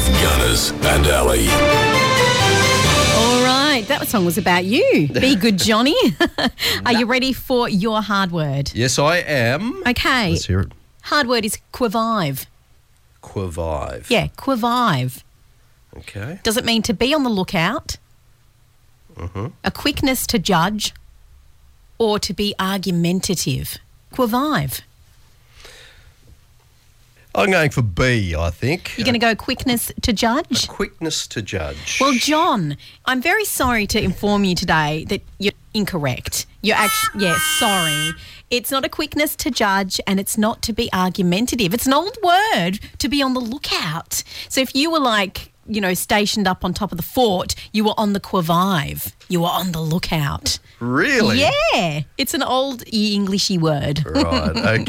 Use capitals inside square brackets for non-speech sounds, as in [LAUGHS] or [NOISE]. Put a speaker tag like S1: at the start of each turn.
S1: Maz and Ali.
S2: All right, that song was about you.
S3: [LAUGHS]
S2: Be good, Johnny. [LAUGHS] Are you ready for your hard word?
S3: Yes, I am.
S2: Okay.
S3: Let's hear it.
S2: Hard word is quivive.
S3: Quivive.
S2: Yeah, quivive.
S3: Okay.
S2: Does it mean to be on the lookout?
S3: Mm-hmm.
S2: A quickness to judge or to be argumentative? Quivive.
S3: I'm going for B, I think.
S2: You're going to go quickness to judge?
S3: Quickness to judge.
S2: Well, John, I'm very sorry to inform you today that you're incorrect. You're actually, yeah, sorry. It's not a quickness to judge and it's not to be argumentative. It's an old word to be on the lookout. So if you were like, you know, stationed up on top of the fort, you were on the quivive. You were on the lookout.
S3: really?
S2: Yeah, it's an old Englishy word.
S3: [LAUGHS] Right, okay.